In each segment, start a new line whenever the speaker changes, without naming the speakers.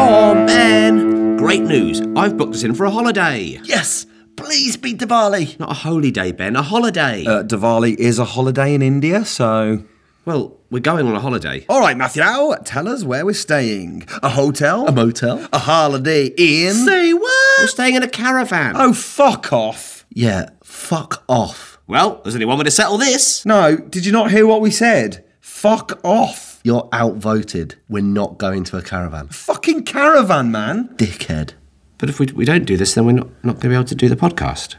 Oh man! Great news! I've booked us in for a holiday.
Yes, please be Diwali.
Not a holy day, Ben. A holiday.
Uh, Diwali is a holiday in India, so.
well, we're going on a holiday.
All right, Matthew, now tell us where we're staying. A hotel? A,
motel?
holiday inn?
Say what? We're staying in a caravan.
oh, fuck off.
Yeah, fuck off.
Well, there's only one way to settle this.
No, did you not hear what we said? Fuck off.
You're outvoted. We're not going to a caravan.
Fucking caravan, man.
Dickhead.
But if we, we don't do this, then we're not, not going to be able to do the podcast.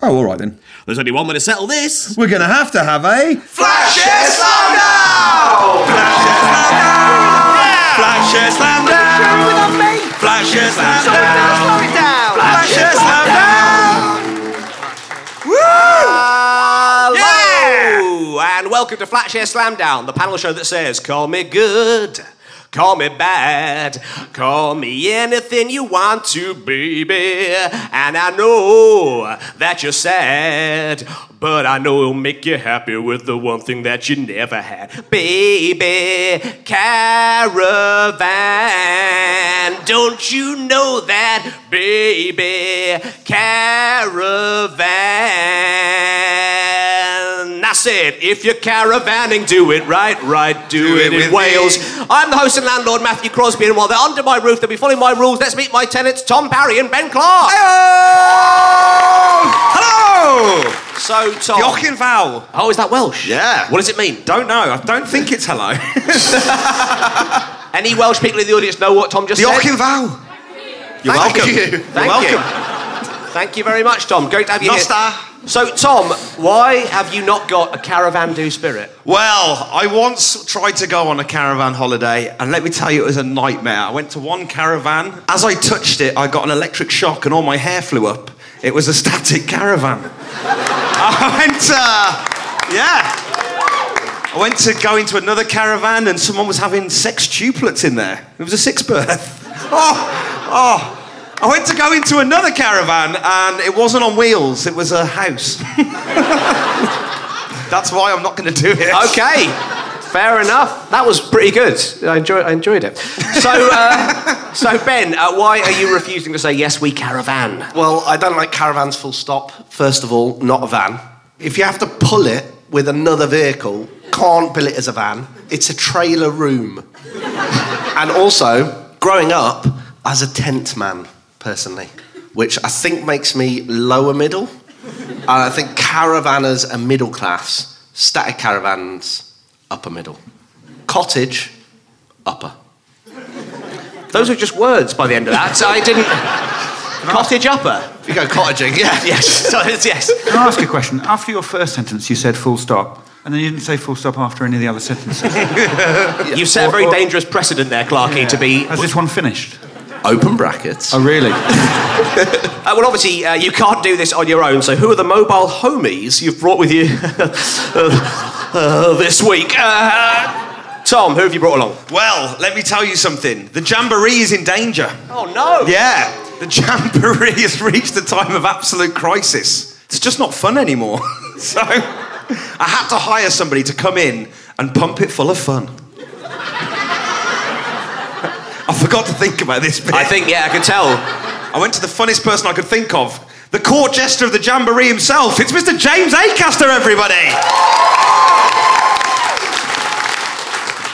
Oh, all right then.
There's only one way to settle this.
We're gonna have to have a.
Hello and welcome to Flatshare Slamdown, the panel show that says, "Call me good, call me bad, call me anything you want to, baby." And I know that you're sad, but I know it'll make you happy with the one thing that you never had, baby. Caravan, don't you know that, baby? Caravan. And that's it. If you're caravanning, do it right, right, do, it, in Wales. I'm the host and landlord, Matthew Crosby, and while they're under my roof, they'll be following my rules. Let's meet my tenants, Tom Parry and Ben Clark.
Hello!
So, Tom.
Jochen Val.
Oh, is that Welsh?
Yeah.
What does it mean?
Don't know. I don't think it's hello.
Any Welsh people in the audience know what Tom just said?
Jochen Val. You're
Thank
welcome.
you.
are
Thank you.
welcome.
Thank you very much, Tom. Great to have you
Nostar.
here. So, Tom, why have you not got a caravan do spirit?
Well, I once tried to go on a caravan holiday, and let me tell you, it was a nightmare. I went to one caravan. As I touched it, I got an electric shock, and all my hair flew up. It was a static caravan. I went to, yeah. I went to go into another caravan, and someone was having sex tuplets in there. It was a six birth. Oh, oh. I went to go into another caravan, and it wasn't on wheels, it was a house. That's why I'm not going to do it.
Okay, fair enough. That was pretty good. I enjoyed, I enjoyed it. So, uh, so Ben, uh, why are you refusing to say yes? We caravan.
Well, I don't like caravans full stop. First of all, not a van. If you have to pull it with another vehicle, can't bill it as a van. It's a trailer room. and also, growing up as a tent man, personally, which I think makes me lower middle. And I think caravanners are middle class, static caravans, upper middle. Cottage, upper.
Those are just words by the end of that. I didn't. Cottage upper.
If you go cottaging, yeah.
Yes. So it's yes.
Can I ask a question? After your first sentence, you said full stop, and then you didn't say full stop after any of the other sentences.
You set a very
Or- or-
dangerous precedent there, Clarky. To be
Has this one finished?
Open brackets.
Oh, really?
Uh, well, obviously, uh, you can't do this on your own, so who are the mobile homies you've brought with you uh, uh, this week? Uh, Tom, who have you brought along?
Well, let me tell you something. The jamboree is in danger.
Oh, no!
Yeah, the jamboree has reached a time of absolute crisis. It's just not fun anymore. so I had to hire somebody to come in and pump it full of fun. I forgot to think about this bit.
I think, yeah, I can tell.
I went to the funniest person I could think of. The court jester of the jamboree himself. It's Mr. James Acaster, everybody.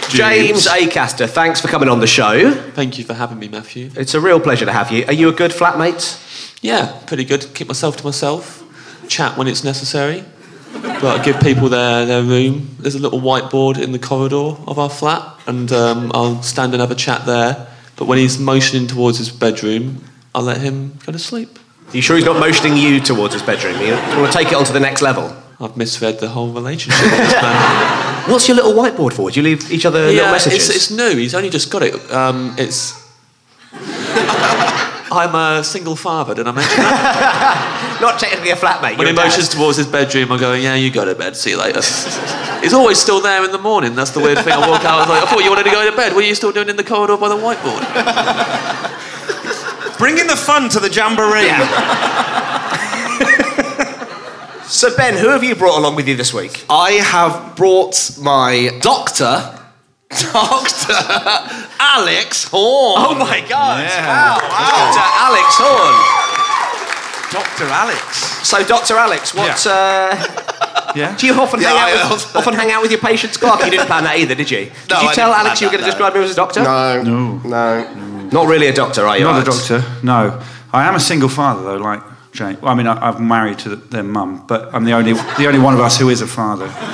James Acaster, thanks for coming on the show.
Thank you for having me, Matthew.
It's a real pleasure to have you. Are you a good flatmate?
Yeah, pretty good. Keep myself to myself. Chat when it's necessary. But I give people their, their room. There's a little whiteboard in the corridor of our flat, and um, I'll stand and have a chat there. But when he's motioning towards his bedroom, I'll let him go to sleep.
Are you sure he's not motioning you towards his bedroom? You want to take it on to the next level?
I've misread the whole relationship. with this man.
What's your little whiteboard for? Do you leave each other little
yeah, it's,
messages?
it's new. He's only just got it. Um, it's. I'm a single father, did I mention that?
Not technically a flatmate.
When
you're
he
a dad.
motions towards his bedroom, I go, "Yeah, you go to bed. See you later." He's always still there in the morning. That's the weird thing. I walk out. I was like, "I thought you wanted to go to bed. What are you still doing in the corridor by the whiteboard?"
Bringing the fun to the jamboree.
So, Ben, who have you brought along with you this week?
I have brought my doctor Doctor Alex Horn.
Oh my God!
Yeah.
Wow, Dr. Alex Horn.
Dr. Alex.
So, Dr. Alex, what? Uh,
Yeah.
Do you often,
Yeah,
hang
I
out with,
also-
often hang out with your patients, Clark? You didn't plan that either, did you? Did
No,
you
I
tell
didn't
Alex
plan
you were going to
that,
describe him as a doctor?
No,
No.
no.
Not really a doctor, are you?
Not a
Alex?
doctor, no. I am a single father, though, like Jane. Well, I mean, I, I'm married to their mum, but I'm the only, the only one of us who is a father.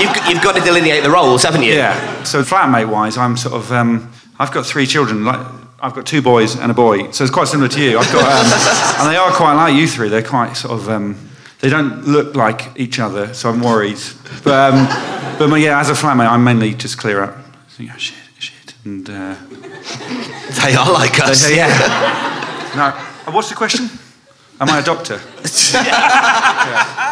You've, g- you've got to delineate the roles, haven't you?
Yeah. So flatmate wise, I'm sort of um, I've got three children. Like I've got two boys and a boy. So it's quite similar to you. I've got um, and they are quite like you three. They're quite sort of um, they don't look like each other. So I'm worried. But um, but my- yeah, as a flatmate, I mainly just clear up. Think, oh, shit, shit, and uh,
They are like us.
yeah. yeah. No. What's the question? Am I a doctor?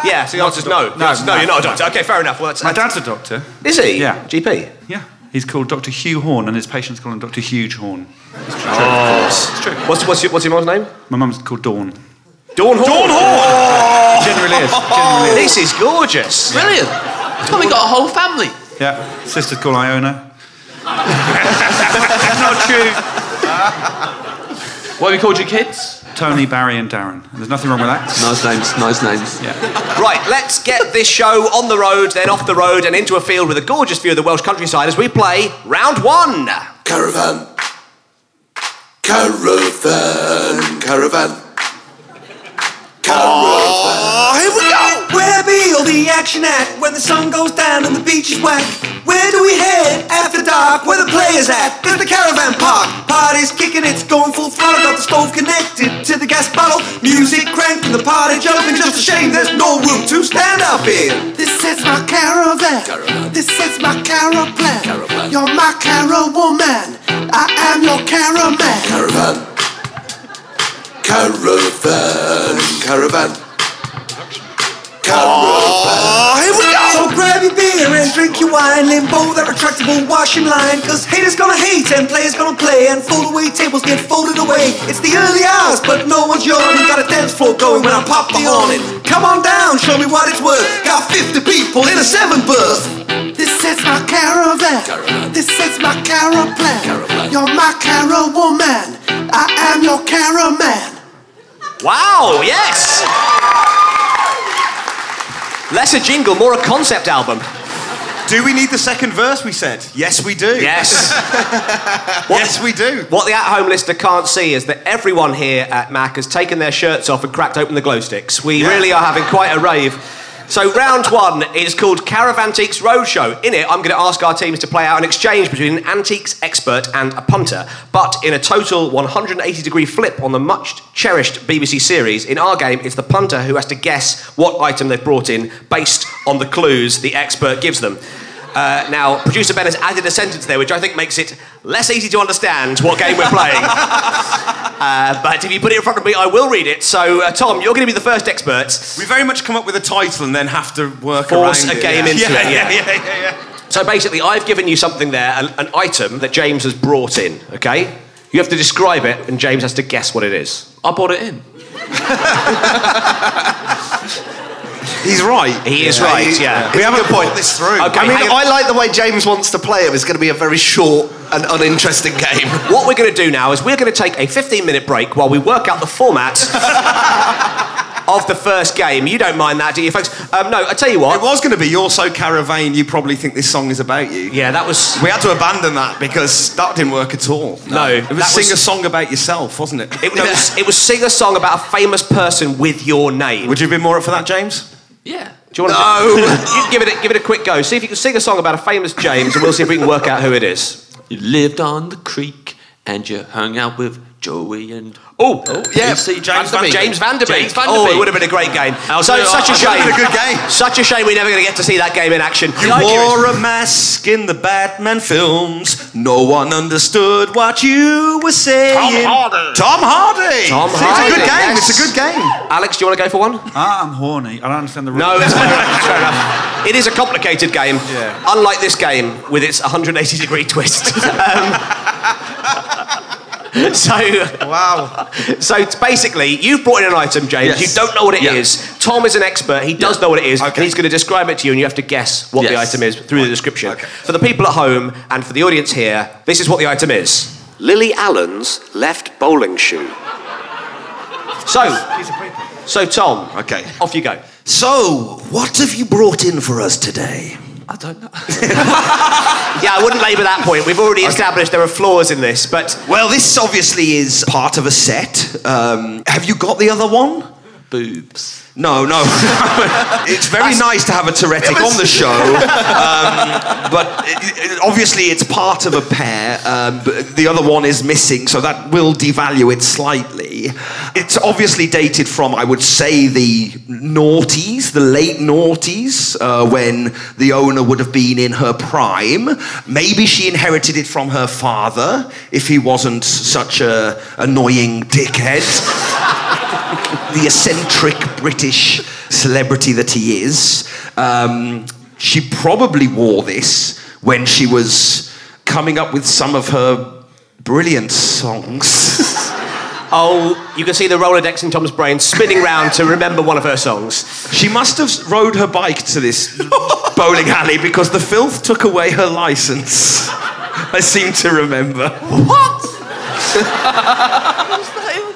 Yeah, so the answer's no.
No,
No, no,
no.
you're not a doctor. Okay, fair enough. Well, that's, uh,
My dad's a doctor.
is he?
Yeah.
GP.
Yeah. He's called Dr. Hugh Horn, and his patients call him Dr. Huge Horn.
It's true. What's, what's, your, what's your mom's name?
My mum's called Dawn.
Dawn Hall. Dawn Hall!
Generally is. Generally is.
This is gorgeous.
Brilliant. Tommy got a whole family.
Yeah, sister's called Iona.
What have you called your kids?
Tony, Barry, and Darren. There's nothing wrong with that.
Nice names, nice names.
Right, let's get this show on the road, then off the road, and into a field with a gorgeous view of the Welsh countryside as we play round one.
Caravan. Caravan. Caravan.
Oh, here we go! Where be all the action at? When the sun goes down and the beach is whack. Where do we head after dark? Where the players at? It's the caravan park. Party's kicking, it's going full throttle. Got the stove connected to the gas bottle. Music cranking, the party jumping. Just a shame there's no room to stand up in. This is my caravan. This is my caravan. You're my carawoman. I am your caravan.
Caravan. Caravan. Caravan. Caravan.
Ah,
Oh, here we go! So grab your beer and drink your wine. Limbo that retractable washing line. Cause haters gonna hate and players gonna play. And fold away tables get folded away. It's the early hours, but no one's yawning. Got a dance floor going when I pop the horn in. Come on down, show me what it's worth. Got 50 people in a seven bus. This is my caravan. This is my caravan. You're my carawoman. I am your caravan.
Wow, yes! Less a jingle, more a concept album.
Do we need the second verse we said? Yes, we do.
Yes.
yes, we do.
What the at home listener can't see is that everyone here at Mac has taken their shirts off and cracked open the glow sticks. We really are having quite a rave. So, round one is called Caravantiques Roadshow. In it, I'm going to ask our teams to play out an exchange between an antiques expert and a punter, but in a total 180 degree flip on the much cherished BBC series. In our game, it's the punter who has to guess what item they've brought in based on the clues the expert gives them. Uh, now, producer Ben has added a sentence there, which I think makes it less easy to understand what game we're playing. Uh, but if you put it in front of me, I will read it. So, uh, Tom, you're going to be the first expert.
We very much come up with a title and then have to work
Force
around
a
it.
game
yeah.
into
yeah,
it, yeah.
Yeah, yeah, yeah, yeah.
So basically, I've given you something there, an, an item that James has brought in. Okay, you have to describe it, and James has to guess what it is.
I bought it in.
He's right.
He is right. Yeah.
We haven't thought this through.
Okay.
I mean,
hang on.
I like the way James wants to play it. It's going to be a very short and uninteresting game.
What we're going to do now is we're going to take a 15 minute break while we work out the format of the first game. You don't mind that, do you, folks? Um, no, I tell you
It
what.
was going to be You're So Caravan, You Probably Think This Song Is About You.
Yeah, that was.
We had to abandon that because that didn't work at all.
No,
It was
that
sing
was-
a song about yourself, wasn't it?
It, no, it was, it was sing a song about a famous person with your name.
Would you have been more up for that, James?
Yeah.
Do you want to you give it a, give it a quick go? See if you can sing a song about a famous James, and we'll see if we can work out who it is.
You lived on the creek and you hung out with Joey and.
Oh,
yeah,
James
Vanderbeek.
Vanderbeek. James Vanderbeek.
James Vanderbeek.
Oh, it would have been a great game.
I'll
so
tell you
Oh, such a
what,
shame.
it would've
Oh, been a good game.
Such a shame. We're never going to get to see that game in action.
You
The idea is-
wore a mask in the Batman films. No one understood what you were saying. Tom Hardy. Tom Hardy.
Tom
See,
Hardy,
It's a good game.
yes.
It's a good game.
Alex, do you want to go for one?
Ah, I'm horny. I don't understand the rules.
No, it's fair, it's fair enough. It is a complicated game, unlike this game with its 180 degree twist. Um, so wow. So it's basically, you've brought in an item, James.
Yes.
You don't know what it is.
Yeah.
Tom is an expert. He does know what it is, and
Okay.
he's going to describe it to you, and you have to guess what the
Yes.
item is through the description. For the people at home and for the audience here, this is what the item is.
Lily Allen's left bowling shoe.
So, so Tom. Okay. Off you go.
So, what have you brought in for us today?
I don't know.
Yeah, I wouldn't labour that point. We've already established there are flaws in this, but
Well, this obviously is part of a set. Um, have you got the other one?
Boobs.
No, no. it's very nice to have a Toretic on the show, um, but it, it- obviously it's part of a pair. Um, but the other one is missing, so that will devalue it slightly. It's obviously dated from, I would say, the noughties, the late noughties, uh, when the owner would have been in her prime. Maybe she inherited it from her father, if he wasn't such a annoying dickhead the eccentric British celebrity that he is. Um, she probably wore this when she was coming up with some of her brilliant songs.
oh, you can see the Rolodex in Tom's brain spinning round to remember one of her songs.
she must have rode her bike to this bowling alley because the filth took away her license. I seem to remember.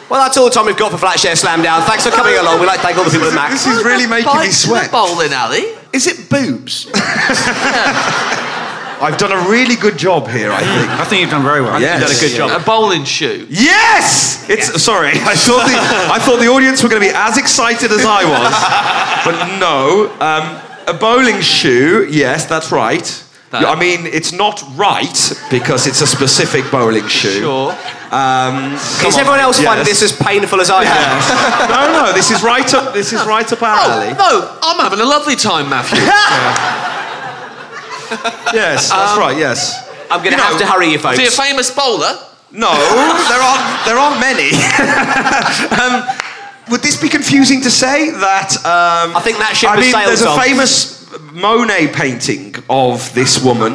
Well, that's all, Tom, we've got for Flatshare Slamdown. Thanks for coming along. We'd like to thank all the people at Mac.
This is really making me sweat.
Bowling alley.
Is it boobs?
I've done a really good job here, I think.
I think you've done very well.
Yes.
You've done a good job.
A bowling shoe.
Yes! It's sorry. I thought the I thought the audience were going to be as excited as I was, but no. Um, a bowling shoe. Yes, that's right.
That-
I mean, it's not right because it's a specific bowling shoe.
Sure.
Um, come
Does
on.
everyone else find
Yes.
this as painful as I have?
Yes. no, no. This is right up. This is right up our
Oh.
alley.
No, I'm having a lovely time, Matthew.
Yes, that's right. Yes.
I'm going to have to hurry you, folks.
Is he a famous bowler?
No, there aren't. There aren't many. um, would this be confusing to say that? Um,
I think that ship
I
has
mean,
sailed,
there's a
Tom.
famous Monet painting of this woman.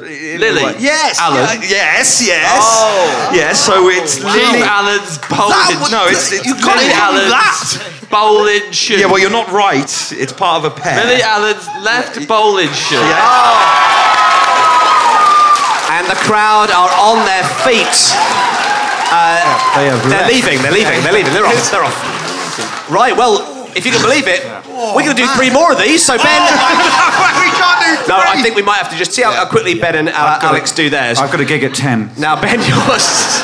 Lily.
Yes.
Alan.
yeah, yes. Yes. Yes. So it's Lily.
Lily Allen's bowling.
would- No, it's- it's
you can't
Lily
Lily Allen's
Allen's
bowling shoe.
Yeah. Well, you're not right. It's part of a pair.
Lily Allen's left bowling shoe.
Yeah.
And the crowd are on their feet. Uh,
They have
they're
left.
leaving, they're leaving, they're leaving, they're off, they're off. Right, well, if you can believe it, we're going to do three more of these, so Ben.
Oh, we can't do
No, I think we might have to just see how, how quickly Ben and uh,
got
Alex do theirs.
I've got a gig at 10.
Now, Ben, yours.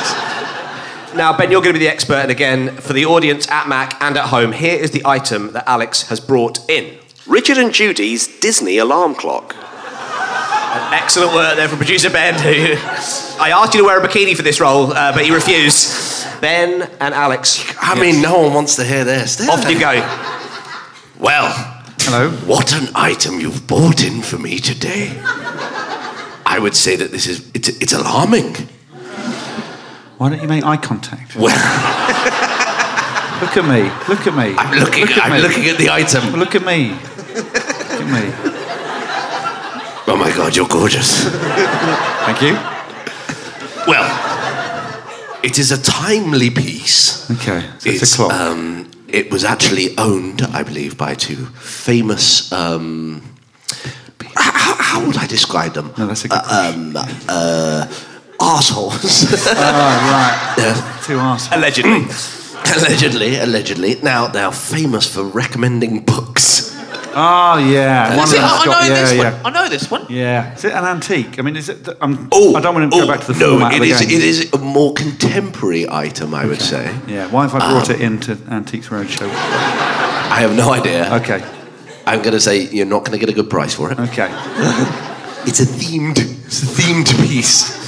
Now, Ben, you're going to be the expert, and again, for the audience at Mac and at home, here is the item that Alex has brought in.
Richard and Judy's Disney alarm clock.
Excellent work there from producer Ben, who I asked you to wear a bikini for this role, uh, but you refused. Ben and Alex,
I mean, no one wants to hear this. do
off
they?
you go.
Well,
Hello.
what an item you've brought in for me today. I would say that this is it's, it's alarming.
Why don't you make eye contact?
Well,
Look at me. Look at me.
I'm looking.
Look at
I'm
me.
looking at the item.
Look at me. Look at me.
Oh my God, you're gorgeous.
Thank you.
Well, it is a timely piece.
Okay. So it's, a clock.
uh,
Um, it was actually owned, I believe, by two famous. Um, h- how, how would I describe them?
No, that's a good
uh, um, uh, Arseholes.
oh, right.
Yeah.
Two arse.
Allegedly.
allegedly, allegedly. Now, they're famous for recommending books.
Oh, yeah. One
See,
of
I,
them's
I know
got, yeah,
this
yeah.
one. I know this one.
Yeah. Is it an antique? I mean, is it? th- I'm,
Oh,
I don't want to
oh,
go back to the
no,
format
it
of the
is-
game.
It is a more contemporary item, I would say.
Yeah. Why have I brought it into Antiques Roadshow?
I have no idea.
Okay.
I'm going to say you're not going to get a good price for it.
Okay.
It's a themed, it's a themed piece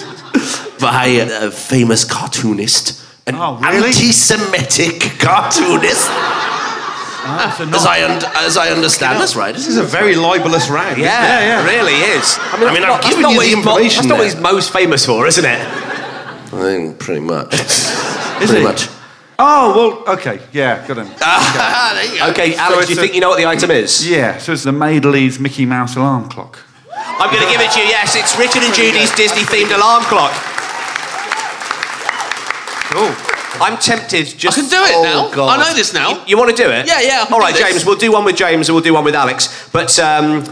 by a famous cartoonist, an
Oh, really?
anti-Semitic cartoonist,
Ah, so
as
not,
I un- as I understand. That's right.
This is a very libelous round.
Yeah,
Yeah, yeah.
it really is. I mean,
I
that's
mean, I've
not- that's
given
not
you
what
the
he's mo-
information
That's not what
there.
he's most famous for, isn't it?
I think pretty much.
Is
pretty
it?
much.
Oh well. Okay. Yeah. Got him.
Okay, Alex, do you
it's a-
think you know what the item is?
Yeah. So it's the Maidley's Mickey Mouse alarm clock.
I'm going to give it to you. Yes, it's Richard and Judy's Disney themed alarm clock. Cool. I'm tempted just. I can do
it Oh, now. God. I know this now.
You, want to do it?
Yeah, yeah, I can
All
do
right,
this.
James. We'll do one with James and we'll do one with Alex. But um,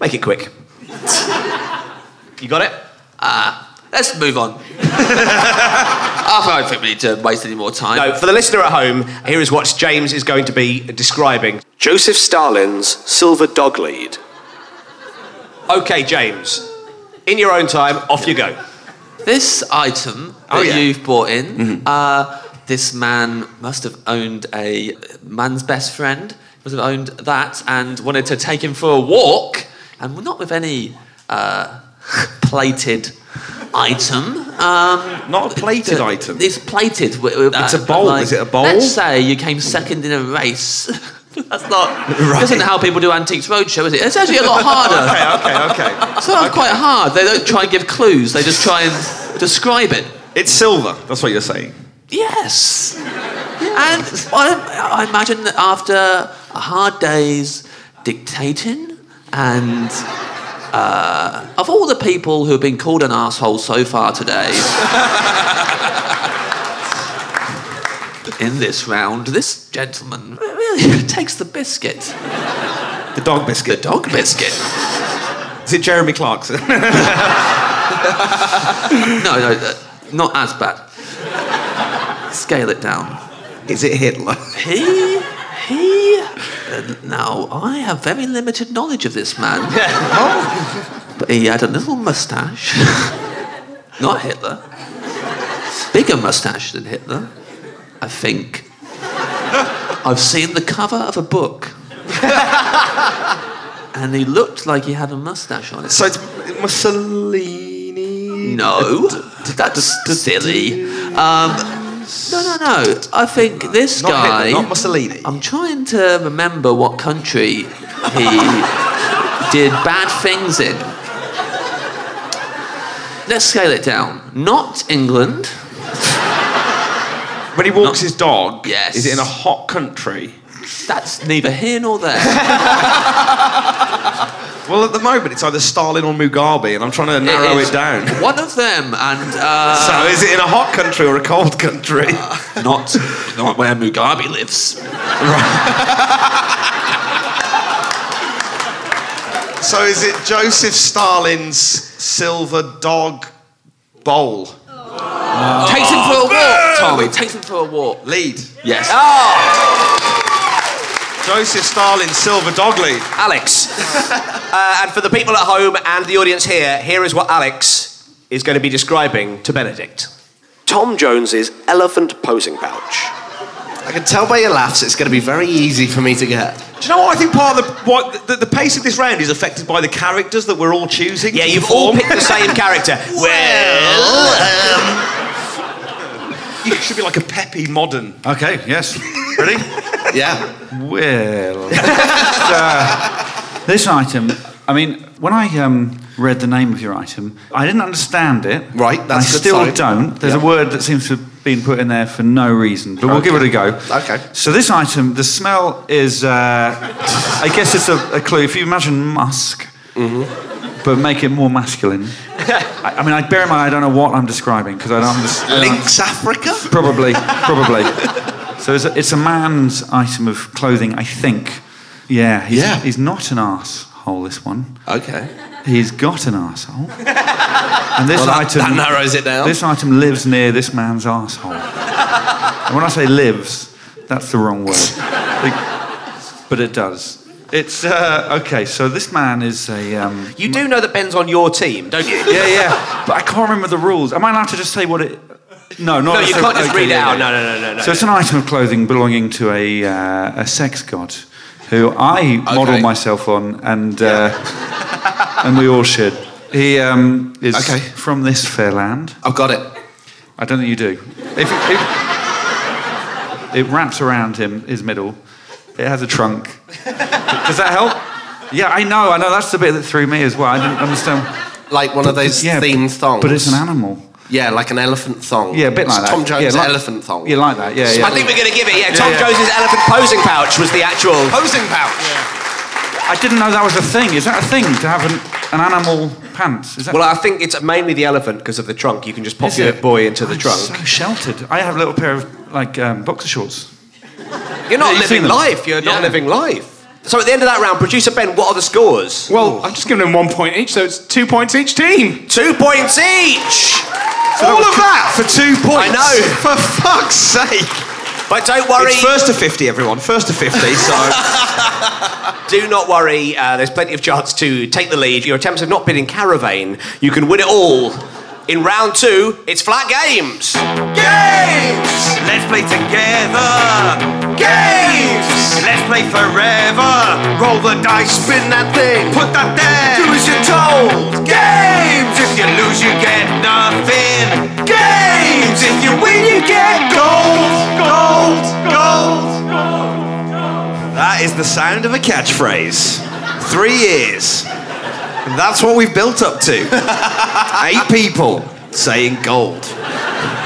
make it quick. you got it?
Ah, let's move on. I don't think we need to waste any more time.
No, for the listener at home, here is what James is going to be describing.
Joseph Stalin's Silver Dog Lead.
Okay, James. In your own time, off you go.
This item that
Oh, yeah.
you've brought in, uh, this man must have owned a man's best friend, must have owned that, and wanted to take him for a walk, and not with any uh, plated item. Um,
not a plated item.
It's plated. wi- with
It's
that,
a bowl.
but like,
Is it a bowl?
Let's say you came second in a race. That's not. This isn't how people do Antiques Roadshow, is it? It's actually a lot
okay,
harder.
okay, okay.
It's not quite hard. They don't try and give clues. They just try and describe it.
It's silver. That's what you're saying.
Yes. And I, I imagine that after a hard day's dictating and uh, of all the people who have been called an asshole so far today in this round, this gentleman really takes the biscuit.
The dog biscuit. The
dog biscuit.
Is it Jeremy Clarkson?
no, no, uh, not as bad. Scale it down.
Is it Hitler?
He, he. Uh, now I have very limited knowledge of this man. But he had a little mustache, not Hitler. Bigger mustache than Hitler, I think. I've seen the cover of a book, and he looked like he had a mustache on it.
So it's Mussolini.
No, that's silly. Um, no, no, no. I think this
Not
guy.
Hitler, not Mussolini.
I'm trying to remember what country he did bad things in. Let's scale it down. Not England.
When he walks his dog,
Yes.
is it in a hot country?
That's neither here nor there.
Well, at the moment, it's either Stalin or Mugabe, and I'm trying to narrow it,
is
down.
One of them, and uh,
so is it in a hot country or a cold country?
not not where Mugabe lives.
so is it Joseph Stalin's silver dog bowl?
Takes
Ah,
him for a walk, Tommy. Takes him for a walk.
Lead. Ah!
Yes.
Joseph Stalin's silver dog lead.
Alex. uh, and for the people at home and the audience here, here is what Alex is going to be describing to Benedict.
Tom Jones's elephant posing pouch.
I can tell by your laughs it's going to be very easy for me to get.
Do you know what I think? Part of the what the, the pace of this round is affected by the characters that we're all choosing.
Yeah,
to
you've all
perform.
picked the same character. Well,
You should be like a peppy modern.
Okay, yes. Ready?
Yeah.
Well, uh, this item, I mean, when I um, read the name of your item, I didn't understand it.
Right,
and
that's
I
a good
still
sign.
don't. There's
Yeah.
a word that seems to have been put in there for no reason, but we'll give it a go.
Okay.
So this item, the smell is, uh, I guess it's a, a clue. If you imagine musk,
Mm-hmm.
but make it more masculine. I, I mean, I bear in mind I don't know what I'm describing because I don't understand.
Lynx Africa?
Probably, probably. so it's a, it's a man's item of clothing, I think. Yeah, he's,
Yeah.
he's not an arsehole, this one.
Okay.
He's got an arsehole. And this
Well, that-
item.
that narrows it down.
This item lives near this man's arsehole. and when I say lives, that's the wrong word. Like, but it does. It's, uh, okay, so this man is a. Um,
you do know that Ben's on your team, don't you?
yeah, yeah. But I can't remember the rules. Am I allowed to just say what it? No, not
No, you
so-
can't just
okay,
read it
yeah,
out. No,
yeah.
no, no, no, no.
So it's an item of clothing belonging to a uh, a sex god, who I model myself on, and uh, and we all should. He um, is
Okay.
from this fair land.
I've got it.
I don't think you do. If, if, it wraps around him, his middle. It has a trunk. Does that help? Yeah, I know, I know. That's the bit that threw me as well. I didn't understand.
Like one of those
Yeah,
themed thongs.
But it's an animal.
Yeah, like an elephant thong.
Yeah, a bit
It's
like that.
Tom Jones'
yeah, like-
elephant thong.
Yeah, like that. Yeah, yeah.
I think we're going to give it. Yeah, Tom
yeah.
Jones's elephant posing pouch was the actual.
Posing pouch.
I didn't know that was a thing. Is that a thing to have an, an animal pants? Is that
Well, I think it's mainly the elephant because of the trunk. You can just pop
Is
your
it?
boy into the
I'm
trunk.
So sheltered. I have a little pair of like um, boxer shorts.
You're
Yeah,
not
you've
living
seen them.
life. You're
Yeah.
not living life. So at the end of that round, producer Ben, what are the scores?
Well, I've just given them one point each, so it's two points each team.
Two points each.
All of that for two
I
points.
know.
For fuck's sake.
But don't worry.
It's first to 50, everyone. First to 50, so.
Do not worry. Uh, there's plenty of chance to take the lead. Your attempts have not been in caravan. You can win it all. In round two, it's flat games. Games.
Let's play together. Games. Let's play forever. Roll the dice, spin that thing. Put that there. Do as you're told. Games. If you lose, you get nothing. Games. If you win, you get gold. Gold. Gold. That is the sound of a catchphrase. Three years. That's what we've built up to. Eight people saying gold.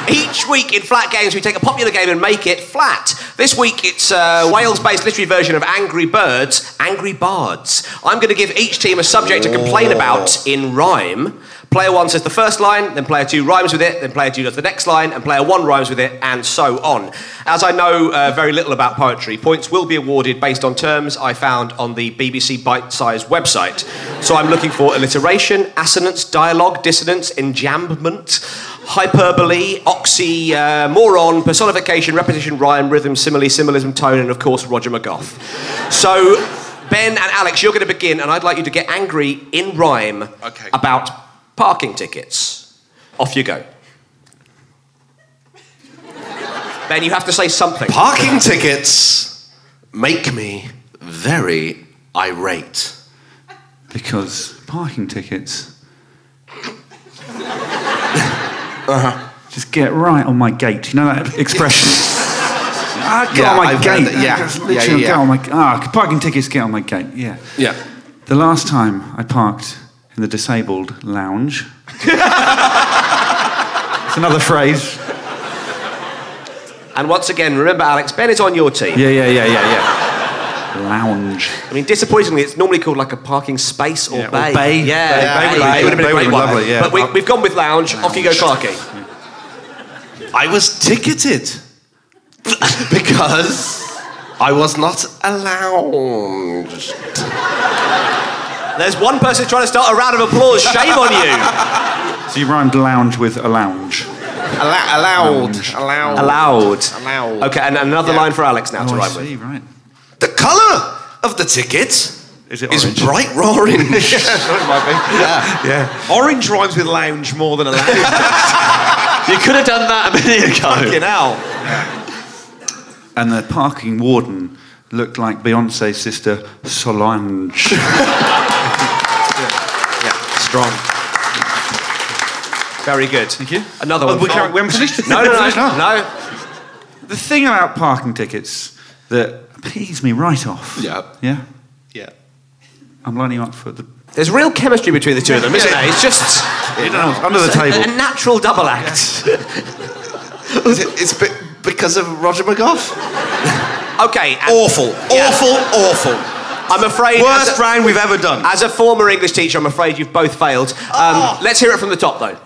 Each week in Flat Games, we take a popular game and make it flat. This week, it's a Wales based literary version of Angry Birds, Angry Bards. I'm going to give each team a subject to complain about in rhyme. Player one says the first line, then player two rhymes with it, then player two does the next line, and player one rhymes with it, and so on. As I know uh, very little about poetry, points will be awarded based on terms I found on the BBC Bite Size website. So I'm looking for alliteration, assonance, dialogue, dissonance, enjambment hyperbole, oxy, uh, moron, personification, repetition, rhyme, rhythm, simile, symbolism, tone, and of course Roger McGough. So, Ben and Alex, you're going to begin, and I'd like you to get angry in rhyme about parking tickets. Off you go. Ben, you have to say something.
Parking tickets make me very irate.
Because parking tickets.
Uh-huh.
Just get right on my gate. You know that expression? ah, get
Yeah,
on my
I've heard
gate.
that, yeah.
Just
Yeah,
literally
yeah,
get
yeah.
on my ah, parking tickets, get on my gate. Yeah.
Yeah.
The last time I parked in the disabled lounge. it's another phrase.
And once again, remember, Alex, Ben is on your team.
Yeah, yeah, yeah, yeah, yeah. Lounge.
I mean, disappointingly, it's normally called like a parking space or bay.
or bay.
Yeah,
Bay- bay would-
It would have been
bay
a great
would
one.
be lovely, yeah.
But we, we've gone with lounge. Off you go, Clarky.
I was ticketed because I was not allowed.
There's one person trying to start a round of applause. Shame on you.
So you rhymed lounge with a lounge.
allowed. Allowed.
Allowed.
Allowed.
Okay, and another line for Alex now to rhyme with.
Oh, right.
The colour of the ticket
Is it
is
orange?
bright orange.
yeah. yeah. Orange rhymes with lounge more than a lounge.
You could have done that a minute ago.
Fucking hell.
and the parking warden looked like Beyonce's sister Solange.
Strong.
Very good.
Thank you.
Another
Oh,
one.
we
for-
can't- we haven't finished.
No, no,
Finished?
no,
Oh.
no.
The thing about parking tickets that pees me right off.
Yeah.
Yeah.
yeah.
I'm lining you up for the.
There's real chemistry between the two of them, isn't there? It's just
You know, under the
it's a-
table.
A natural double act.
Was it- It's be- because of Roger McGough.
Okay. and-
Awful.
Yeah.
Awful. Awful.
I'm afraid.
Worst
as a,
round we've ever done.
as a former English teacher, I'm afraid you've both failed. Um, Let's hear it from the top, though.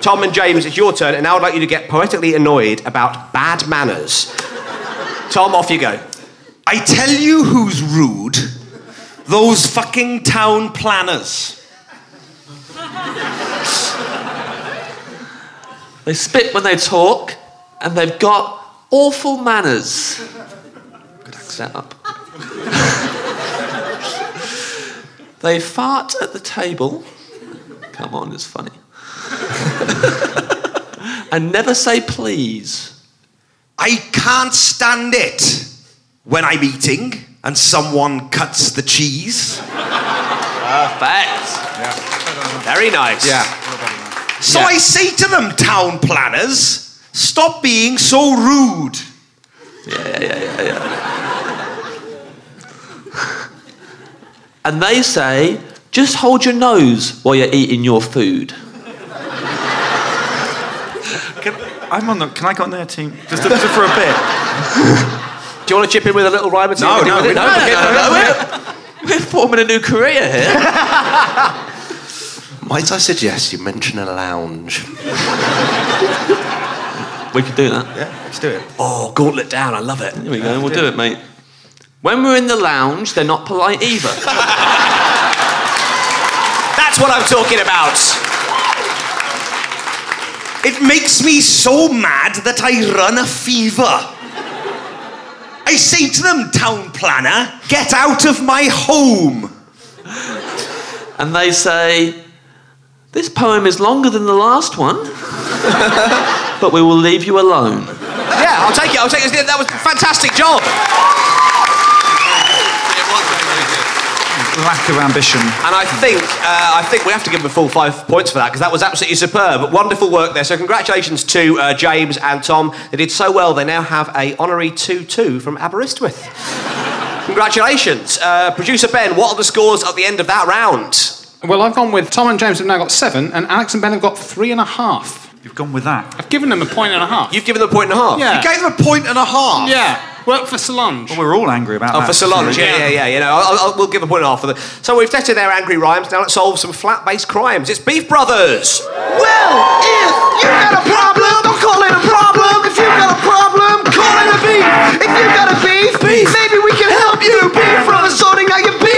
Tom and James, it's your turn, and now I'd like you to get poetically annoyed about bad manners. Tom, off you go.
I tell you who's rude. Those fucking town planners.
They spit when they talk, and they've got awful manners. Good accent up. they fart at the table. Come on, it's funny. and never say please.
I can't stand it when I'm eating and someone cuts the cheese.
Perfect. Very nice.
So I say to them, town planners, stop being so rude.
And they say, just hold your nose while you're eating your food.
Can, I'm on the. Can I go on their team just, just for a bit?
Do Do you want to chip in with a little rhyme or two?
No,
Anything
no,
with it?
we- no, no, no, no,
We're forming a new career here.
Might I suggest you mention a lounge?
We could do that.
Yeah, let's do it.
Oh, gauntlet down. I love it.
Here we go. We'll do it, mate. When we're in the lounge, they're not polite either.
That's what I'm talking about.
It makes me so mad that I run a fever. I say to them, town planner, get out of my home.
and they say, This poem is longer than the last one, but we will leave you alone.
Yeah, I'll take it. I'll take it. That was a fantastic job.
Lack of ambition.
And I think uh, I think we have to give him a full five points for that because that was absolutely superb. Wonderful work there. So congratulations to uh, James and Tom. They did so well. They now have a honorary two-two from Aberystwyth. congratulations, uh, producer Ben. What are the scores at the end of that round?
Well, I've gone with Tom and James have now got seven, and Alex and Ben have got three and a half.
You've gone with that.
I've given them a point and a half.
You've given them a point and a half?
Yeah.
You gave
them a point and a half? Yeah. Well, for Solange.
Well, we're all angry about
Oh,
that.
for Solange, yeah, yeah, yeah. You know, I'll, I'll, we'll give a point and a half for the. So we've tested their angry rhymes. Now let's solve some flat-based crimes. It's Beef Brothers.
Well, if you got a problem, don't call it a problem. If you got a problem, call it a beef. If you got a beef, maybe we can help you. Beef from sorting out your beef.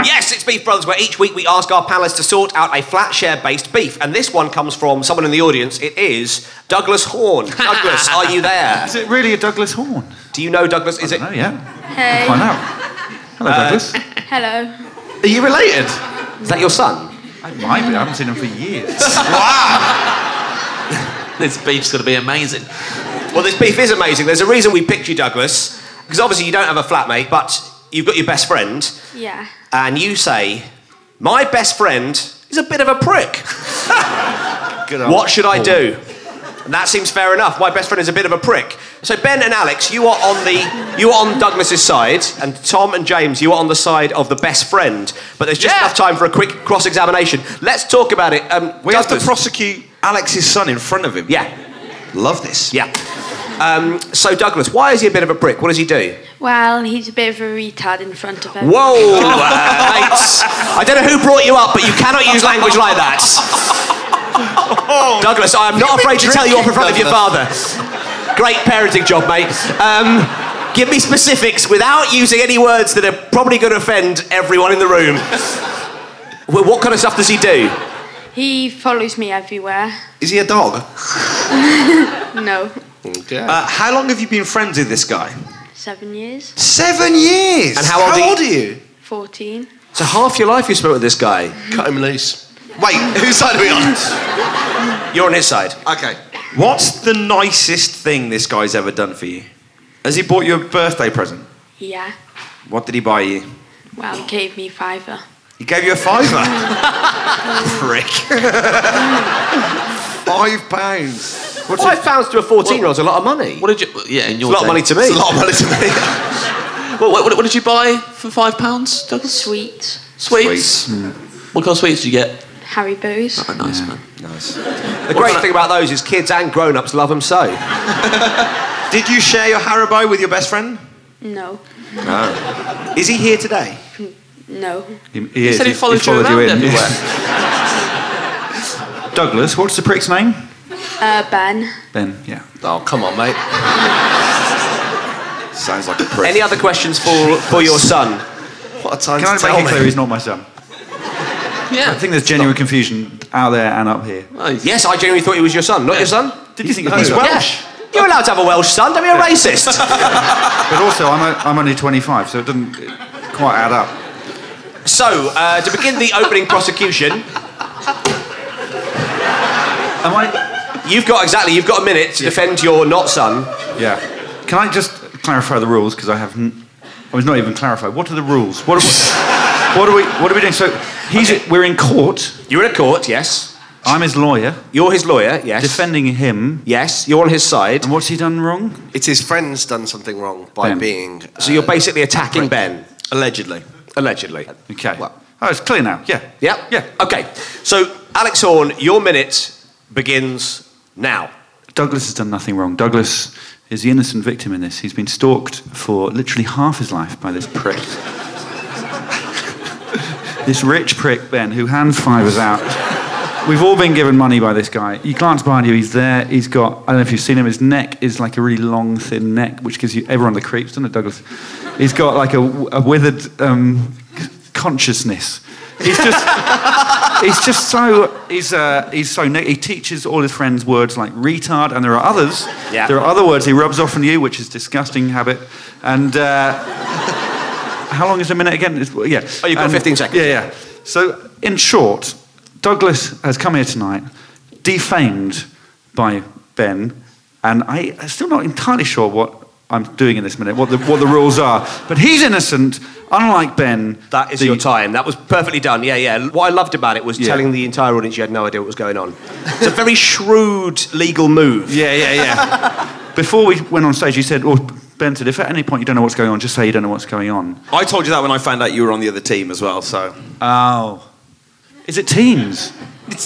Yes, it's Beef Brothers, where each week we ask our panelists to sort out a flat share based beef. And this one comes from someone in the audience. It is Douglas Horn. Douglas, are you there?
Is it really a Douglas Horn?
Do you know Douglas? Is it?
Oh, yeah.
Hey.
Find out. Hello, Douglas.
Hello.
Are you related? Is that your son?
I might be. I haven't seen him for years.
This beef's going to be amazing. Well, this beef is amazing. There's a reason we picked you, Douglas, because obviously you don't have a flatmate, but you've got your best friend,
Yeah.
and you say, My best friend is a bit of a prick. What should I do? And that seems fair enough. My best friend is a bit of a prick. So Ben and Alex, you are on the you are on Douglas's side, and Tom and James, you are on the side of the best friend. But there's just enough time for a quick cross-examination. Let's talk about it. Um, we have to prosecute Alex's son in front of him. Yeah, love this. Yeah. Um, so Douglas, why is he a bit of a prick? What does he do?
Well, he's a bit of a retard in front of everyone.
Whoa, uh, mates. I don't know who brought you up, but you cannot use language like that.
Oh.
Douglas, I am not afraid to tell you off in front of your father. Great parenting job, mate. Um, give me specifics without using any words that are probably going to offend everyone in the room. Well, what kind of stuff does he do?
He follows me everywhere.
Is he a dog?
no,
Uh, how long have you been friends with this guy?
seven years,
Seven years.
And how old are you-
you?
fourteen.
So half your life you spent with this guy. Cut him loose. Wait, whose side are we on? You're on his side.
Okay. What's the nicest thing this guy's ever done for you? Has he bought you a birthday present?
Yeah.
What did he buy you?
Well, he gave me fiver.
He gave you a fiver. Prick. Five pounds.
Five pounds to a fourteen-year-old's a lot of money.
What did you? Yeah, in your
It's a lot of
day.
money to me. It's a lot of money to
me. well, what, what, what did you buy for five pounds, Douglas? Sweets. Sweets. What kind of sweets did you get?
Harry Bows.
Oh, nice man.
Nice.
The great thing about those is kids and grown-ups love them so.
Did you share your Haribo with your best friend?
No,
No. Is he here today?
no.
He,
He said he followed you around
Douglas, what's the prick's name?
Uh, ben.
Ben, yeah.
Oh, come on, mate.
Sounds like a prick.
Any other questions for for your son?
What a time
Can I make it clear he's not my son?
Yeah.
I think there's genuine confusion out there and up here.
Yes, I genuinely thought he was your son, not your son.
Did you think
he's
Oh,
Welsh? You're allowed to have a Welsh son. Don't be a racist.
But also, I'm, o- I'm only 25, so it doesn't quite add up.
So, uh, to begin the opening prosecution.
Am I?
You've got exactly. You've got a minute to defend your not son.
Yeah. Can I just clarify the rules? Because I haven't. I was not even clarified. What are the rules? What are we, what are we, what are we doing? So he's, we're in court.
You're in a court, yes.
I'm his lawyer.
You're his lawyer, yes.
Defending him.
Yes, you're on his side.
And what's he done wrong?
It's his friend's done something wrong by
Ben.
being. uh,
So you're basically attacking Ben.
Allegedly.
Allegedly.
Okay. oh, it's clear now. Yeah.
Yep. Yeah. Okay. So, Alex Horn, your minute begins now.
Douglas has done nothing wrong. Douglas is the innocent victim in this. He's been stalked for literally half his life by this prick. this rich prick, Ben, who hand fivers out. We've all been given money by this guy. You glance behind you, he's there. He's got, I don't know if you've seen him, his neck is like a really long, thin neck, which gives you, everyone the creeps, doesn't it, Douglas? He's got like a, a withered um, consciousness. He's just, he's just so, he's, uh, he's so, ne- he teaches all his friends words like retard, and there are others.
Yeah.
There are other words he rubs off on you, which is disgusting habit. And uh, how long is a minute again? It's, yeah.
Oh, you've got 15 seconds.
Yeah, yeah. So, in short, Douglas has come here tonight, defamed by Ben, and I, I'm still not entirely sure what I'm doing in this minute, what the, what the rules are. But he's innocent, unlike Ben.
That is
the-
your time. That was perfectly done. Yeah, yeah. What I loved about it was
Yeah.
telling the entire audience you had no idea what was going on. It's a very shrewd legal move.
Yeah, yeah, yeah. Before we went on stage, you said, well, Ben said, if at any point you don't know what's going on, just say you don't know what's going on.
I told you that when I found out you were on the other team as well, so.
Oh. Is it teams?
We're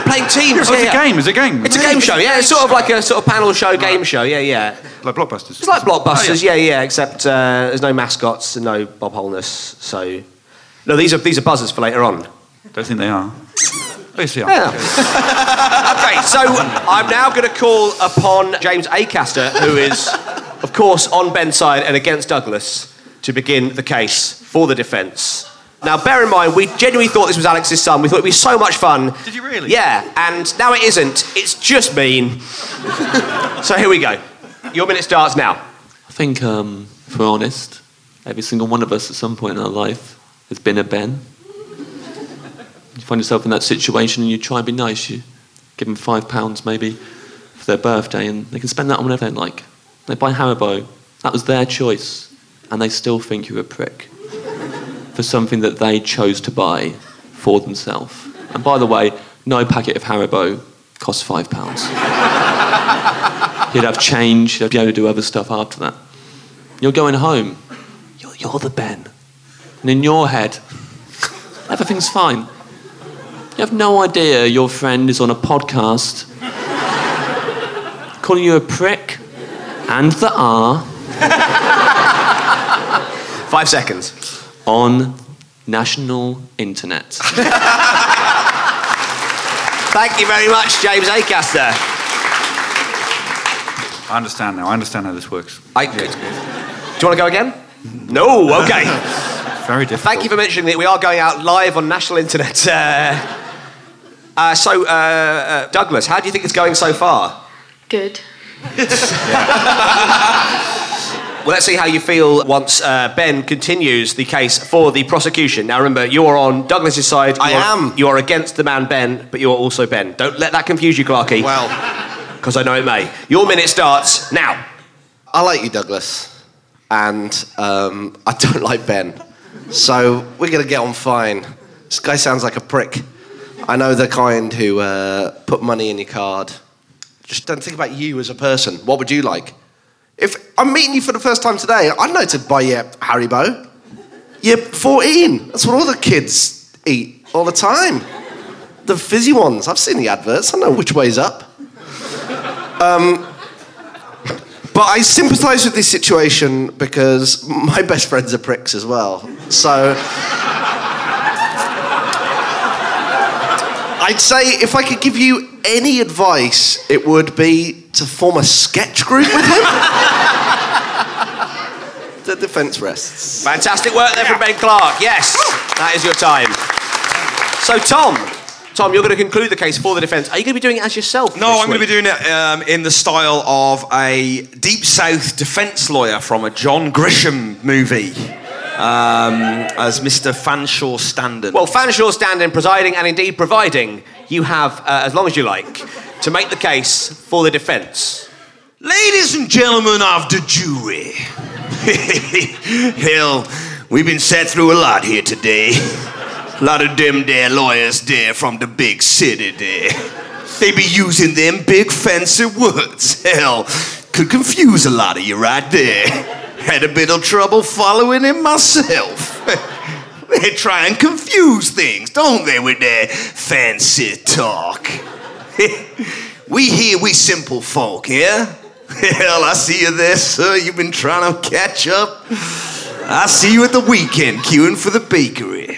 playing teams.
Oh, it's a
yeah.
game, it's a game.
It's a game show. Yeah, it's sort of like a sort of panel show, game show. Yeah, yeah.
Like Blockbusters.
It's like
Oh,
blockbusters. yeah. yeah, Except uh, there's no mascots and no Bob Holness. So no, these are these are buzzers for later on.
Don't think they are. Obviously,
Yeah. okay, so I'm now going to call upon James Acaster, who is, of course, on Ben's side and against Douglas, to begin the case for the defence. Now, bear in mind, we genuinely thought this was Alex's son. We thought it'd be so much fun. Did you really? Yeah, and now it isn't. It's just mean. so here we go. Your minute starts now.
I think, um, if we're honest, every single one of us at some point in our life has been a Ben. You find yourself in that situation and you try and be nice. You give them five pounds maybe for their birthday and they can spend that on whatever they like. They buy Haribo. That was their choice. And they still think you're a prick for something that they chose to buy for themselves. And by the way, no packet of Haribo costs five pounds. You'd have change, you'd be able to do other stuff after that. You're going home. You're, you're the Ben. And in your head, everything's fine. You have no idea your friend is on a podcast calling you a prick and the R.
Five seconds.
On national internet.
Thank you very much, James Acaster.
I understand now. I understand how this works.
I, Do you want to go again? No, okay.
Very difficult.
Thank you for mentioning that we are going out live on national internet. Uh, uh, so, uh, uh, Douglas, how do you think it's going so far?
Good.
Well, let's see how you feel once uh, Ben continues the case for the prosecution. Now, remember, you're on Douglas's side. I am. You are against the man Ben, but you are also Ben. Don't let that confuse you, Clarky. Well, because I know it may. Your minute starts now.
I like you, Douglas, and um, I don't like Ben. So we're gonna get on fine. This guy sounds like a prick. I know the kind who uh, put money in your card. Just don't think about you as a person. What would you like? If I'm meeting you for the first time today, I'd know to buy you a Haribo. You're 14. That's what all the kids eat all the time. The fizzy ones. I've seen the adverts. I know which way's up. Um, but I sympathise with this situation because my best friends are pricks as well. So I'd say if I could give you any advice, it would be to form a sketch group with him. the defence rests.
Fantastic work there from Ben Clark. Yes, that is your time. So, Tom, Tom, you're going to conclude the case for the defence. Are you going to be doing it as yourself?
No, I'm going to be doing it um, in the style of a deep south defence lawyer from a John Grisham movie, um, as Mr. Fanshawe Standen.
Well, Fanshawe standing, presiding, and indeed providing, you have uh, as long as you like to make the case for the defence.
Ladies and gentlemen of the jury. Hell, we've been sat through a lot here today. A lot of them there lawyers there from the big city there. They be using them big fancy words. Hell, could confuse a lot of you right there. Had a bit of trouble following it myself. they try and confuse things, don't they, with their fancy talk? we here, we simple folk, yeah?
Hell, I see you there, sir. You've been trying to catch up. I see you at the weekend queuing for the bakery.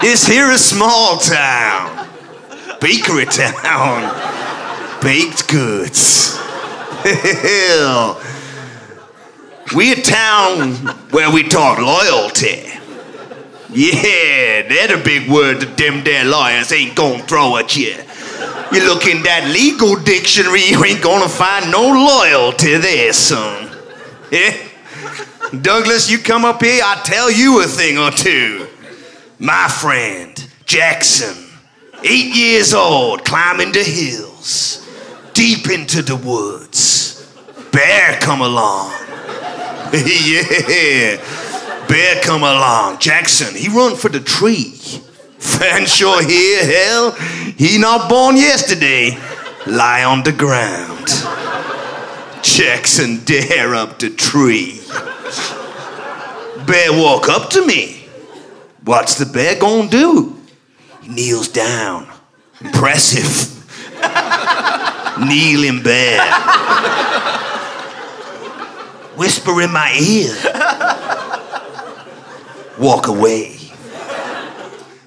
This here is small town. Bakery town. Baked goods. Hell. We a town where we taught loyalty. Yeah, that a big word that them there lawyers ain't gonna throw at you. You look in that legal dictionary, you ain't gonna find no loyalty there, son. Yeah? Douglas, you come up here, I tell you a thing or two. My friend, Jackson, eight years old, climbing the hills, deep into the woods. Bear come along. yeah. Bear come along. Jackson, he run for the tree. Fanshawe here, hell, he not born yesterday. Lie on the ground. Jackson dare up the tree. Bear walk up to me. What's the bear gonna do? He kneels down. Impressive. Kneeling bear. Whisper in my ear walk away.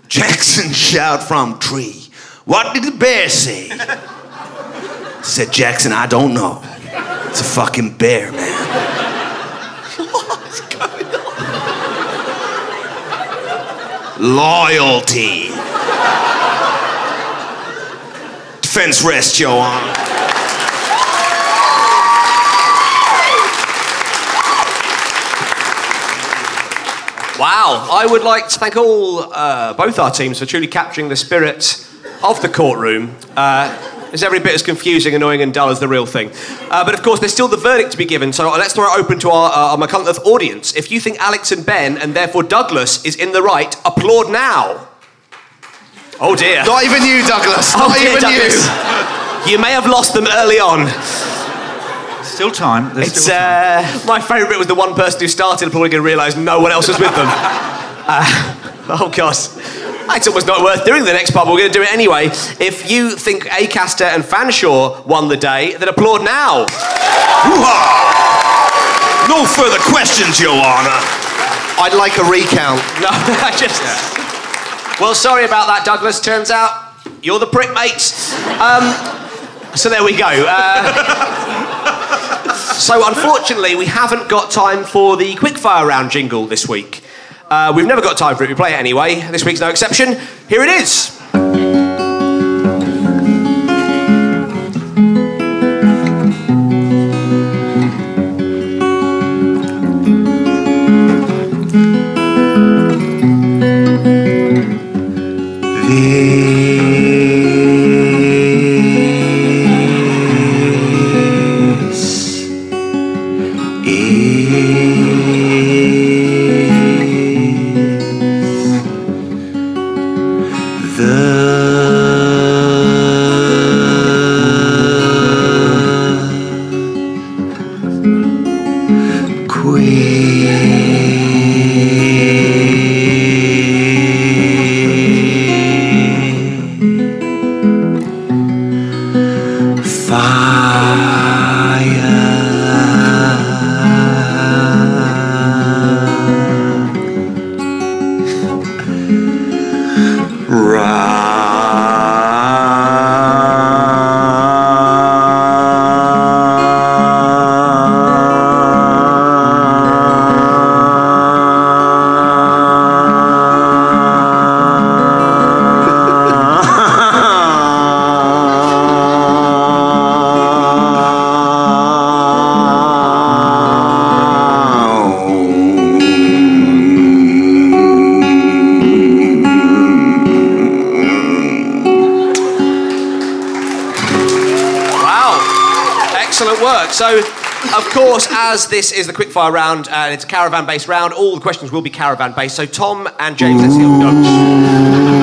Jackson shout from tree. What did the bear say? Said Jackson, I don't know. It's a fucking bear, man. Loyalty. Defense rest, your honor.
Wow. I would like to thank all, uh, both our teams, for truly capturing the spirit of the courtroom. Uh, it's every bit as confusing, annoying, and dull as the real thing. Uh, but of course, there's still the verdict to be given, so let's throw it open to our, uh, our McCuntliff audience. If you think Alex and Ben, and therefore Douglas, is in the right, applaud now. Oh dear.
Not even you, Douglas.
Oh
Not
dear,
even
Douglas. you. may have lost them early on.
Still time.
It's Uh, my favourite bit was the one person who started probably going to realise no one else was with them. uh, oh gosh. It was not worth doing the next part, but we're going to do it anyway. If you think Acaster and Fanshawe won the day, then applaud now.
No further questions, Your Honour.
I'd like a recount.
No, I just. Well, sorry about that, Douglas. Turns out you're the prick, mates. Um, so there we go. Uh, so unfortunately, we haven't got time for the quickfire round jingle this week. Uh, we've never got time for it. We play it anyway. This week's no exception. Here it is.
This is the quiz. Fire.
Wow. Excellent work. So, of course, as this is the quickfire round, uh, it's a caravan based round, all the questions will be caravan based. So, Tom and James, let's see how we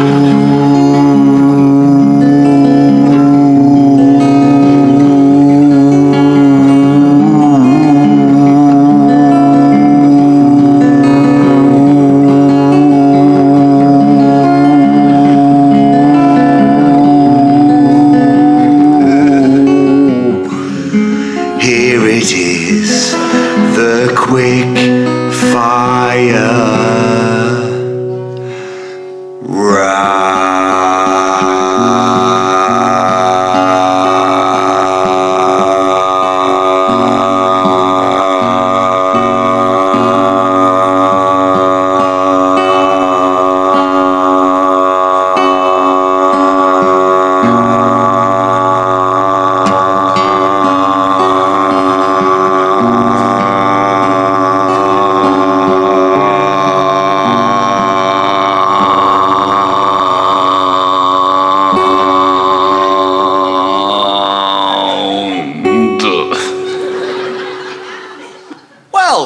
Here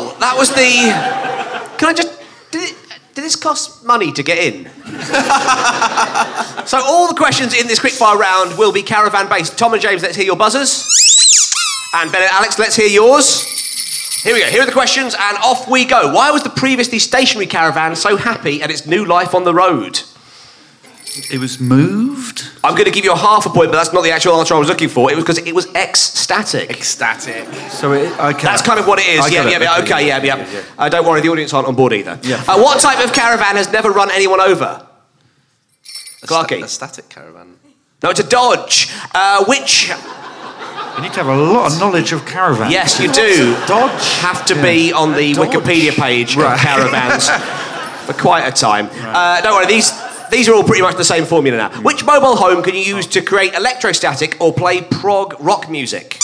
the. Can I just. Did, it, did this cost money to get in? so, all the questions in this quickfire round will be caravan based. Tom and James, let's hear your buzzers. And Ben and Alex, let's hear yours. Here we go. Here are the questions, and off we go. Why was the previously stationary caravan so happy at its new life on the road? uh,
It was moved.
I'm going to give you a half a point, but that's not the actual answer I was looking for. It was because it was ecstatic. Ecstatic.
So it, okay.
That's kind of what it is.
I
Yeah,
get
yeah,
it.
yeah,
Okay,
okay, yeah, yeah. Uh, don't worry, the audience aren't on board either.
Yeah.
Uh, what type of caravan has never run anyone over? Clarky.
A static caravan.
No, it's a Dodge. Uh, which?
You need to have a lot of knowledge of caravans.
Yes, you do. Dodge have to be on the Wikipedia page of caravans for quite a time. Uh, don't worry, these these are all pretty much the same formula now. Which mobile home can you use to create electrostatic or play prog rock music?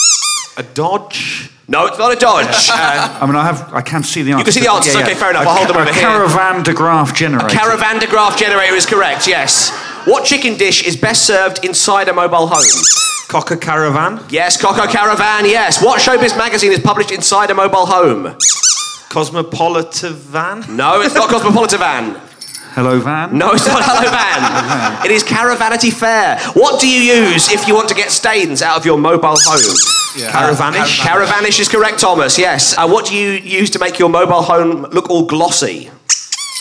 A Dodge. No, it's not a Dodge. Uh,
I mean, I have. I can see the answer.
can see the answers, okay, fair enough, I'll hold them
a
over
a
here.
Caravan de Graaff generator.
Caravan de Graaff generator is correct, yes. What chicken dish is best served inside a mobile home?
Cocker Caravan?
Yes, Coco Caravan, yes. What showbiz magazine is published inside a mobile home?
Cosmopolitan Van?
No, it's not Cosmopolitan Van.
Hello, van.
No, it's not Hello Van. It is Caravanity Fair. What do you use if you want to get stains out of your mobile home?
Yeah. Caravanish?
Caravanish is correct, Thomas, yes. Uh, what do you use to make your mobile home look all glossy?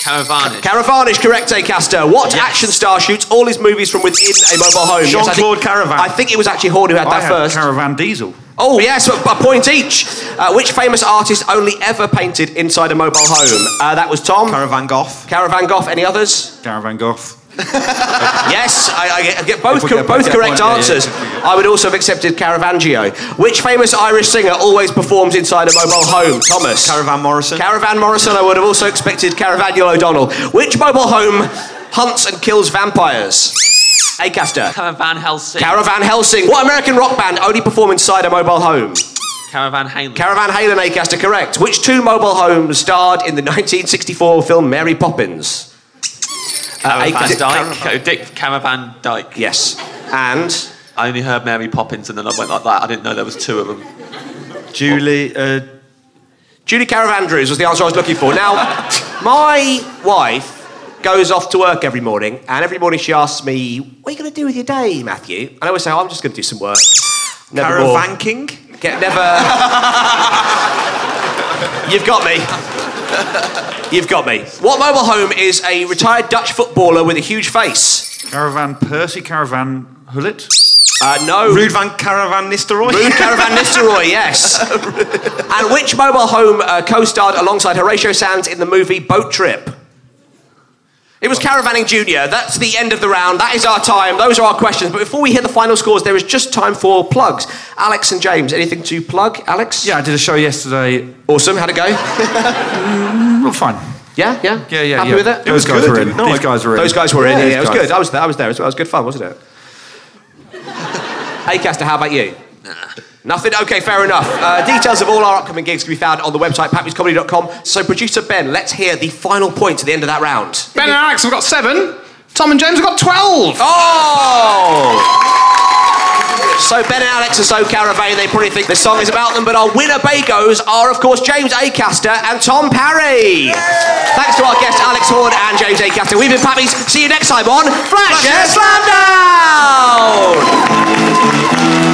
Caravanish.
Caravanish, correct, Acaster. What action star shoots all his movies from within a mobile home? Yes, I think-
Jean-Claude Caravan.
I think it was actually Horn who had
I
that
had
first.
Caravan diesel.
Oh, yes, a a point each. Uh, which famous artist only ever painted inside a mobile home? Uh, that was Tom.
Caravan Goff.
Caravan Goff, any others?
Caravan Goff.
yes, I, I get, I get both,
If we
cor-
get both
both
that
correct
point, yeah, yeah,
answers.
if
I would also have accepted Caravaggio. Which famous Irish singer always performs inside a mobile home? Thomas.
Caravan Morrison.
Caravan Morrison, I would have also expected Caravaggio O'Donnell. Which mobile home hunts and kills vampires? Acaster.
Caravan Helsing.
Caravan Helsing. What American rock band only perform inside a mobile home?
Caravan Halen.
Caravan Halen Acaster, correct. Which two mobile homes starred in the 1964 film Mary Poppins?
Caravan
Acast-
Dyke. Dick Caravan Dyke.
Yes. And?
I only heard Mary Poppins and then I went like that. I didn't know there was two of them.
Julie. Uh,
Julie Caravandrews was the answer I was looking for. Now, my wife goes off to work every morning, and every morning she asks me, What are you going to do with your day, Matthew? And I always say, oh, I'm just going to do some work. Never more.
Caravanking?
Get, never. You've got me. You've got me. What mobile home is a retired Dutch footballer with a huge face?
Caravan Percy. Caravan Hullet.
Uh, no.
Rude Van Caravan Nistelrooy?
Rude Caravan Nistelrooy, yes. and which mobile home uh, co starred alongside Horatio Sands in the movie Boat Trip? It was Caravanning Junior. That's the end of the round. That is our time. Those are our questions. But before we hear the final scores, there is just time for plugs. Alex and James, anything to plug? Alex?
Yeah, I did a show yesterday.
Awesome. How'd it go?
well, fine.
Yeah, yeah.
Yeah, yeah,
Happy
yeah.
with it?
Those guys were in. These guys were in.
Those guys were in. Yeah,
These
yeah, it was
guys.
good. I was there. I was there as well. It was good fun, wasn't it? hey, Caster, how about you? Nothing? Okay, fair enough. Uh, details of all our upcoming gigs can be found on the website, pappyscomedy.com. So, producer Ben, let's hear the final point at the end of that round.
Ben and Alex have got seven. Tom and James have got 12.
Oh! So Ben and Alex are so caravan, they probably think this song is about them, but our winner bagos are, of course, James Acaster and Tom Parry. Thanks to our guests, Alex Horn and James Acaster. We've been Pappies. See you next time on Flash Air Slamdown!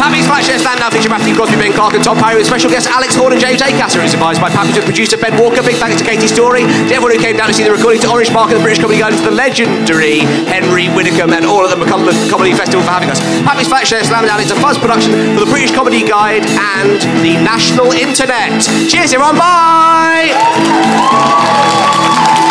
Pappies Flash Air Slamdown feature Matthew Crosby, Ben Clark and Tom Parry with special guests Alex Horn and James Acaster. It's advised by Pappies with producer Ben Walker. Big thanks to Katie Story, to everyone who came down to see the recording, to Orange Park and the British Comedy Guide, to the legendary Henry Widdicombe and all of the McCumberland Comedy Festival for having us. Pappies Flash Air Slamdown is a fuzz production for the British Comedy Guide and the National Internet. Cheers everyone, bye!